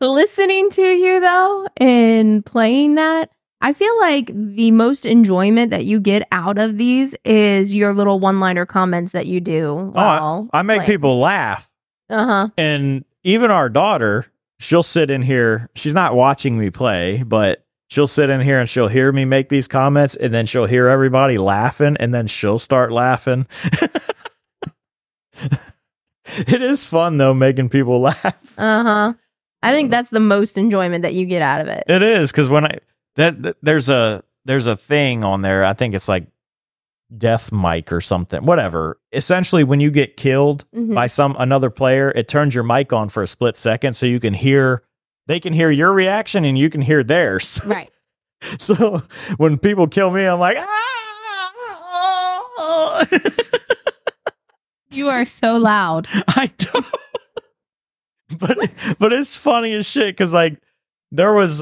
S2: Listening to you though and playing that, I feel like the most enjoyment that you get out of these is your little one-liner comments that you do. While
S1: Oh, I make people laugh.
S2: Uh huh.
S1: and even our daughter she'll sit in here she's not watching me play but she'll sit in here and she'll hear me make these comments and then she'll hear everybody laughing and then she'll start laughing <laughs> it is fun though making people <laughs> laugh
S2: Uh huh. I think that's the most enjoyment that you get out of it.
S1: it is because when i that, that- there's a there's a thing on there i think it's like death mic or something whatever essentially when you get killed
S2: Mhm.
S1: by some another player, it turns your mic on for a split second so you can hear they can hear your reaction and you can hear theirs. <laughs>
S2: Right.
S1: So when people kill me, I'm like, ah!
S2: You are so loud.
S1: <laughs> I don't. <laughs> But but it's funny as shit because like there was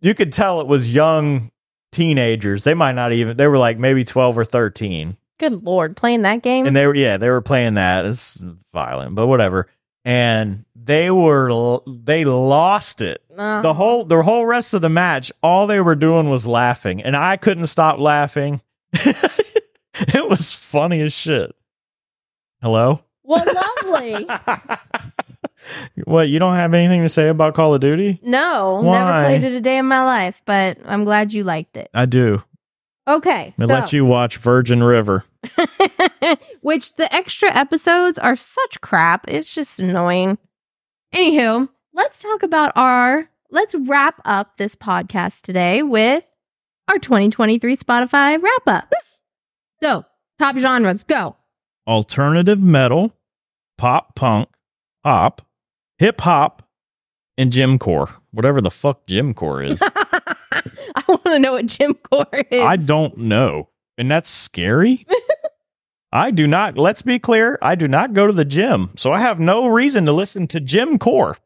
S1: you could tell it was young teenagers. They might not even they were like maybe twelve or thirteen.
S2: Good lord, playing that game.
S1: and they were yeah they were playing that it's violent but whatever and they were l- they lost it
S2: Uh,
S1: the whole the whole rest of the match all they were doing was laughing and i couldn't stop laughing <laughs> it was funny as shit <laughs> hello
S2: well, lovely.
S1: what you don't have anything to say about call of duty
S2: <laughs> No,
S1: Why?
S2: never played it a day in my life, but I'm glad you liked it.
S1: i do
S2: Okay.
S1: it
S2: so-
S1: lets you watch virgin river
S2: <laughs> which the extra episodes are such crap. It's just annoying. Anywho, let's talk about our. Let's wrap up this podcast today with our 2023 Spotify wrap up. So, top genres go. <laughs>
S1: Alternative metal, pop punk, pop, hip hop, and gymcore. Whatever the fuck gymcore is.
S2: I want to know what Jim Core is.
S1: I don't know. And that's
S2: <laughs>
S1: scary. I do not, let's be clear, I do not go to the gym. So I have no reason to listen to Jim Core.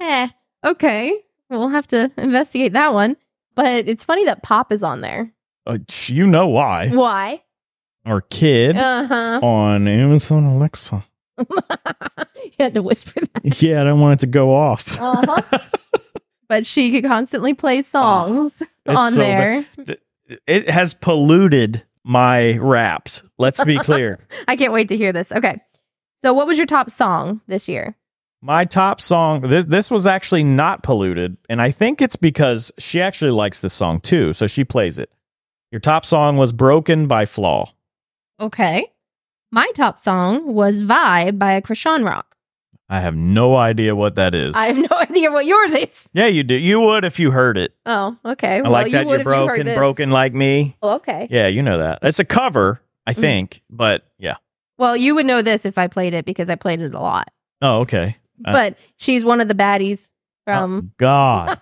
S2: Eh, okay. We'll have to investigate that one. But it's funny that Pop is
S1: <laughs>
S2: on there.
S1: Uh, you know
S2: Mm.
S1: why.
S2: Why?
S1: Or Kid
S2: Uh huh.
S1: on Amazon Alexa.
S2: <laughs>
S1: <laughs>
S2: you had to whisper that.
S1: Yeah, I don't want it to go
S2: <laughs>
S1: off.
S2: Uh huh. but she could constantly play songs
S1: It's
S2: on
S1: so
S2: there.
S1: bad. It has polluted my raps. Let's be
S2: <laughs>
S1: clear.
S2: I can't wait to hear this. Okay. So, what was your top song this year?
S1: My top song this this was actually not polluted, and I think it's because she actually likes this song too, so she plays it. Your top song was Broken by Flaw.
S2: Okay. My top song was Vibe by Krishan Rock.
S1: I have no idea what that is.
S2: I have no <laughs> idea what yours is.
S1: yeah, you do. You would if you heard it.
S2: Oh, okay.
S1: I
S2: well,
S1: like
S2: you
S1: that you're
S2: would if you heard
S1: broken,
S2: this.
S1: broken like me.
S2: Oh, okay.
S1: Yeah, you know that. It's a cover, I
S2: Mm.
S1: think, but yeah.
S2: Well, you would know this if I played it because I played it a lot.
S1: Oh, okay. Uh,
S2: but she's one of the baddies
S1: Oh,
S2: from <laughs>
S1: God,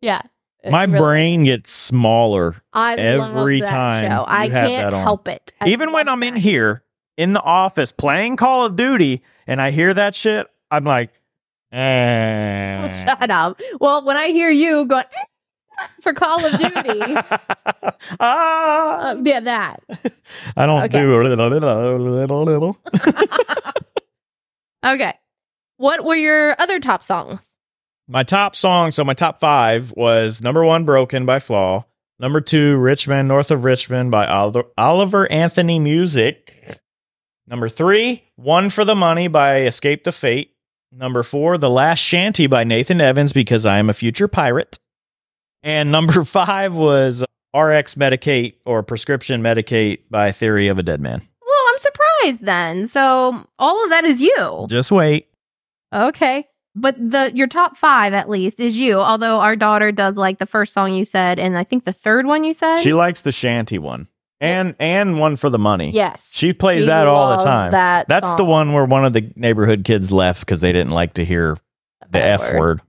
S2: yeah.
S1: my
S2: It really-
S1: brain gets smaller
S2: I love
S1: every
S2: that
S1: time
S2: show.
S1: you
S2: I
S1: have
S2: can't
S1: that on.
S2: help it. I
S1: even when
S2: love
S1: I'm in
S2: that.
S1: here in the office playing Call of Duty and I hear that shit, I'm like, eh.
S2: Shut up. Well, when I hear you going "Eh," <laughs> for Call of Duty,
S1: <laughs> ah,
S2: um, yeah, that.
S1: I don't
S2: okay.
S1: do a little, little, little, little.
S2: Okay. What were your other top songs?
S1: My top song, so my top five was number one, Broken by Flaw. Number two, Richmond, North of Richmond by Ol- Oliver Anthony Music. Number three, One for the Money by Escape the Fate. Number four, The Last Shanty by Nathan Evans because I am a future pirate. And number <laughs> five was RX Medicate or Prescription Medicate by Theory of a Dead Man.
S2: Well, I'm surprised then. So all of that is you.
S1: Just wait.
S2: Okay. But the your top five at least is you. Although our daughter does like the first song you said, and I think the third one you said.
S1: She likes the shanty one and and one for the money.
S2: yes,
S1: She plays
S2: She
S1: that all the
S2: loves
S1: time.
S2: that
S1: That's the
S2: song.
S1: one where one of the neighborhood kids left because they didn't like to hear the
S2: Bad
S1: F word.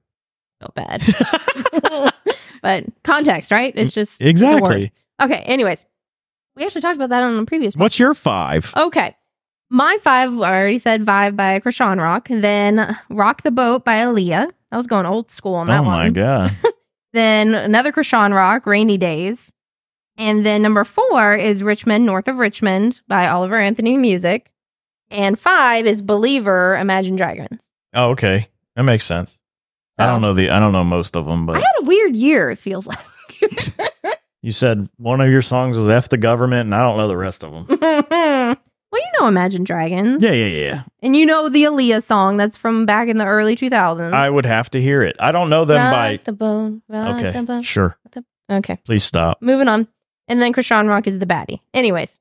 S2: So bad. <laughs> but context, right? It's just it's a word.
S1: Exactly.
S2: okay. Anyways, we actually talked about that on the previous.
S1: What's your five?
S2: Okay. My five, I already said Vibe by Krishan Rock. Then Rock the Boat by Aaliyah. I was going old school on that
S1: oh
S2: one.
S1: my God.
S2: Then another Krishan Rock, Rainy Days. And then number four is Richmond, North of Richmond by Oliver Anthony Music. And five is Believer, Imagine Dragons.
S1: Oh, okay. That makes sense. I
S2: So-
S1: don't know the I don't know most of them,
S2: I
S1: but
S2: had a weird year, it feels like. <laughs>
S1: you said one of your songs was F the government, and I don't know the rest of them.
S2: well, you know Imagine Dragons.
S1: yeah, yeah, yeah.
S2: And you know the Aaliyah song that's from back in the early 2000s.
S1: I would have to hear it. I don't know them
S2: Rock
S1: by.
S2: the bone, rock the
S1: Okay,
S2: bone.
S1: sure.
S2: Okay,
S1: Please stop.
S2: moving on. And then Krishan Rock is the baddie. Anyways,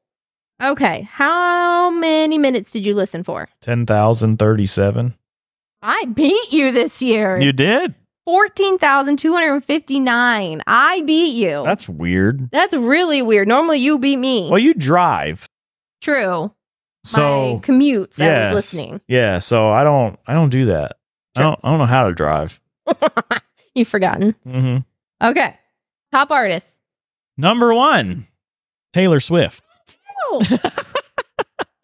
S2: okay, how many minutes did you listen for?
S1: Ten thousand thirty-seven.
S2: I beat you this year.
S1: You did.
S2: 14,259. I beat you.
S1: That's weird.
S2: That's really weird. Normally you beat me.
S1: Well, you drive,
S2: True.
S1: so
S2: My commutes, I
S1: Yes.
S2: was listening.
S1: Yeah, so I don't I don't do that. I
S2: Sure.
S1: don't I don't know how to drive.
S2: You've forgotten.
S1: Mm-hmm.
S2: Okay, top artist.
S1: Number one, Taylor Swift.
S2: Oh,
S1: <laughs>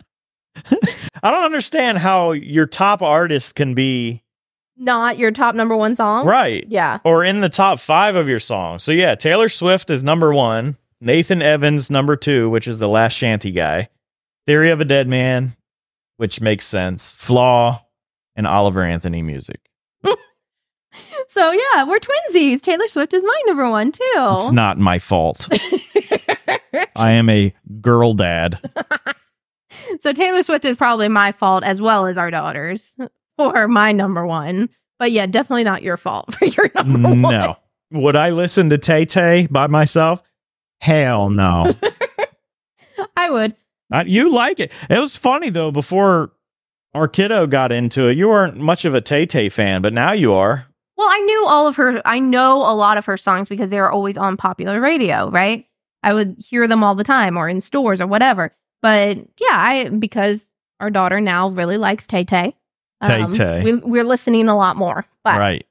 S1: I don't understand how your top artist can be
S2: Not your top number one song?
S1: right
S2: Yeah.
S1: or in the top five of your songs. So yeah, Taylor Swift is number one. Nathan Evans number two, which is the last shanty guy. Theory of a Dead Man, which makes sense. Flaw and Oliver Anthony music.
S2: So yeah, we're twinsies. Taylor Swift is my number one too.
S1: It's not my fault.
S2: <laughs>
S1: I am a girl dad.
S2: so Taylor Swift is probably my fault as well as our daughters for my number one. But yeah, definitely not your fault <laughs> for your number one.
S1: No. Would I listen to Tay Tay by myself? Hell no.
S2: I would.
S1: I, you like it. It was funny though, before our kiddo got into it, you weren't much of a Tay Tay fan, but now you are.
S2: Well, I knew all of her. I know a lot of her songs because they were always on popular radio, right? I would hear them all the time or in stores or whatever. But yeah, I because our daughter now really likes Tay Tay. Um,
S1: Tay-Tay.
S2: we, we're listening a lot more. But
S1: right.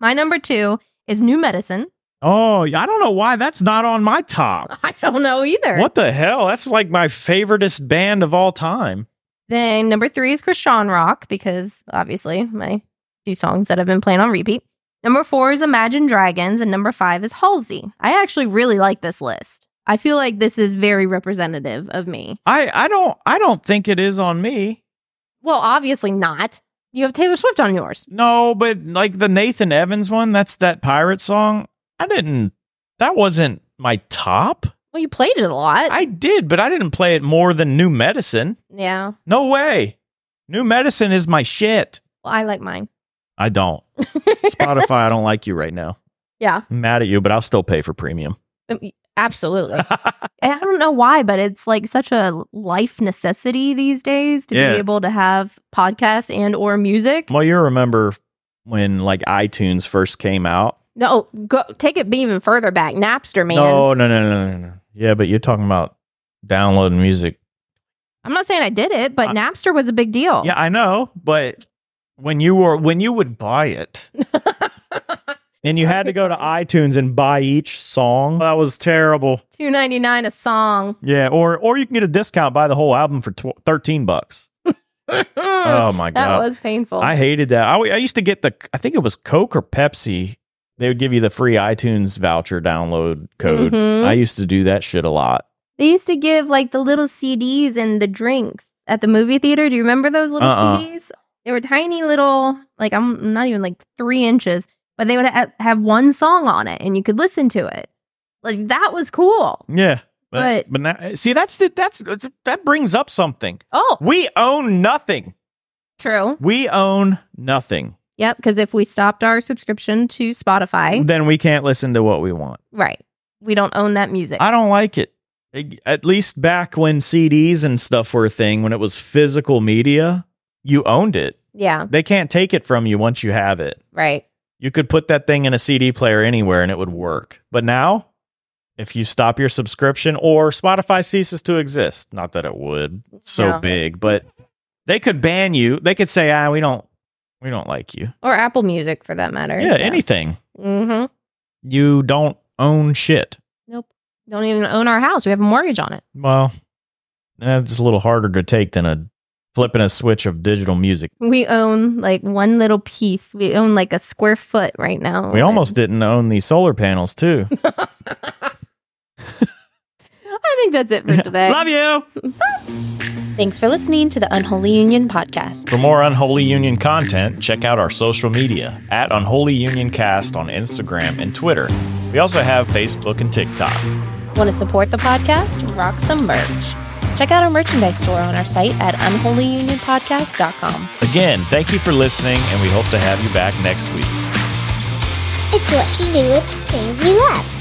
S2: my number two is New Medicine. <laughs>
S1: Oh, I don't know why that's not on my top.
S2: I don't know either.
S1: What the hell? That's like my favoriteest band of all time.
S2: Then number three is Krishan Rock because obviously my two songs that I've been playing on repeat. Number four is Imagine Dragons, and number five is Halsey. I actually really like this list. I feel like this is very representative of me.
S1: I I don't I don't think it is on me.
S2: Well, obviously not. You have Taylor Swift on yours.
S1: No, but like the Nathan Evans one, that's that pirate song. I didn't. That wasn't my top.
S2: Well, you played it a lot.
S1: I did, but I didn't play it more than New Medicine.
S2: yeah.
S1: No way. New Medicine is my shit.
S2: Well, I like mine.
S1: I don't. Spotify, I don't like you right now.
S2: Yeah.
S1: I'm mad at you, but I'll still pay for premium. <laughs>
S2: Absolutely. And I don't know why, but it's like such a life necessity these days to
S1: Yeah.
S2: be able to have podcasts and or music.
S1: well, you remember when like iTunes first came out?
S2: No, go take it even further back. Napster, man.
S1: No, no, no, no, no, no. Yeah, but you're talking about downloading music.
S2: I'm not saying I did it, but
S1: I-
S2: Napster was a big deal.
S1: Yeah, I know, but when you were when you would buy
S2: <laughs>
S1: it, and you had to go to iTunes and buy each song, that was terrible.
S2: Two ninety nine a song.
S1: Yeah, or or you can get a discount buy the whole album for tw- thirteen bucks.
S2: <laughs> Hmm, that
S1: <laughs> Oh my god,
S2: was painful.
S1: I hated that. I, I used to get the I think it was Coke or Pepsi. They would give you the free iTunes voucher download code.
S2: Mhm.
S1: I used to do that shit a lot.
S2: they used to give like the little CDs and the drinks at the movie theater. Do you remember those little
S1: Uh-uh.
S2: CDs? They were tiny little, like I'm not even like three inches, but they would ha- have one song on it, and you could listen to it. Like that was cool.
S1: Yeah. But,
S2: But-
S1: but now, see that's it. That's it's- that brings up something.
S2: Oh,
S1: We own nothing.
S2: true.
S1: We own nothing.
S2: Yep. Because if we stopped our subscription to Spotify,
S1: Then we can't listen to what we want.
S2: right, we don't own that music.
S1: I don't like it. Ag- At least back when CDs and stuff were a thing, when it was physical media, you owned it.
S2: yeah.
S1: They can't take it from you once you have it.
S2: Right.
S1: You could put that thing in a CD player anywhere and it would work. But now, if you stop your subscription or Spotify ceases to exist, not that it would, it's so
S2: No.
S1: big, but they could ban you. They could say, "Ah, we don't we don't like you."
S2: or Apple Music for that matter.
S1: yeah, anything.
S2: Mm-hmm.
S1: You don't own shit.
S2: Nope. Don't even own our house. We have a mortgage on it.
S1: Well, that's a little harder to take than a flipping a switch of digital music.
S2: We own like one little piece. We own like a square foot right now.
S1: We almost didn't own these solar panels, too.
S2: <laughs> I think that's it for today.
S1: <laughs> Love you.
S3: Thanks for listening to the Unholy Union podcast.
S1: For more Unholy Union content, check out our social media at Unholy Union Cast on Instagram and Twitter. We also have Facebook and TikTok.
S3: Want to support the podcast? Rock some merch. Check out our merchandise store on our site at unholyunionpodcast.com.
S1: Again, thank you for listening, and we hope to have you back next week.
S4: It's what you do with things you love.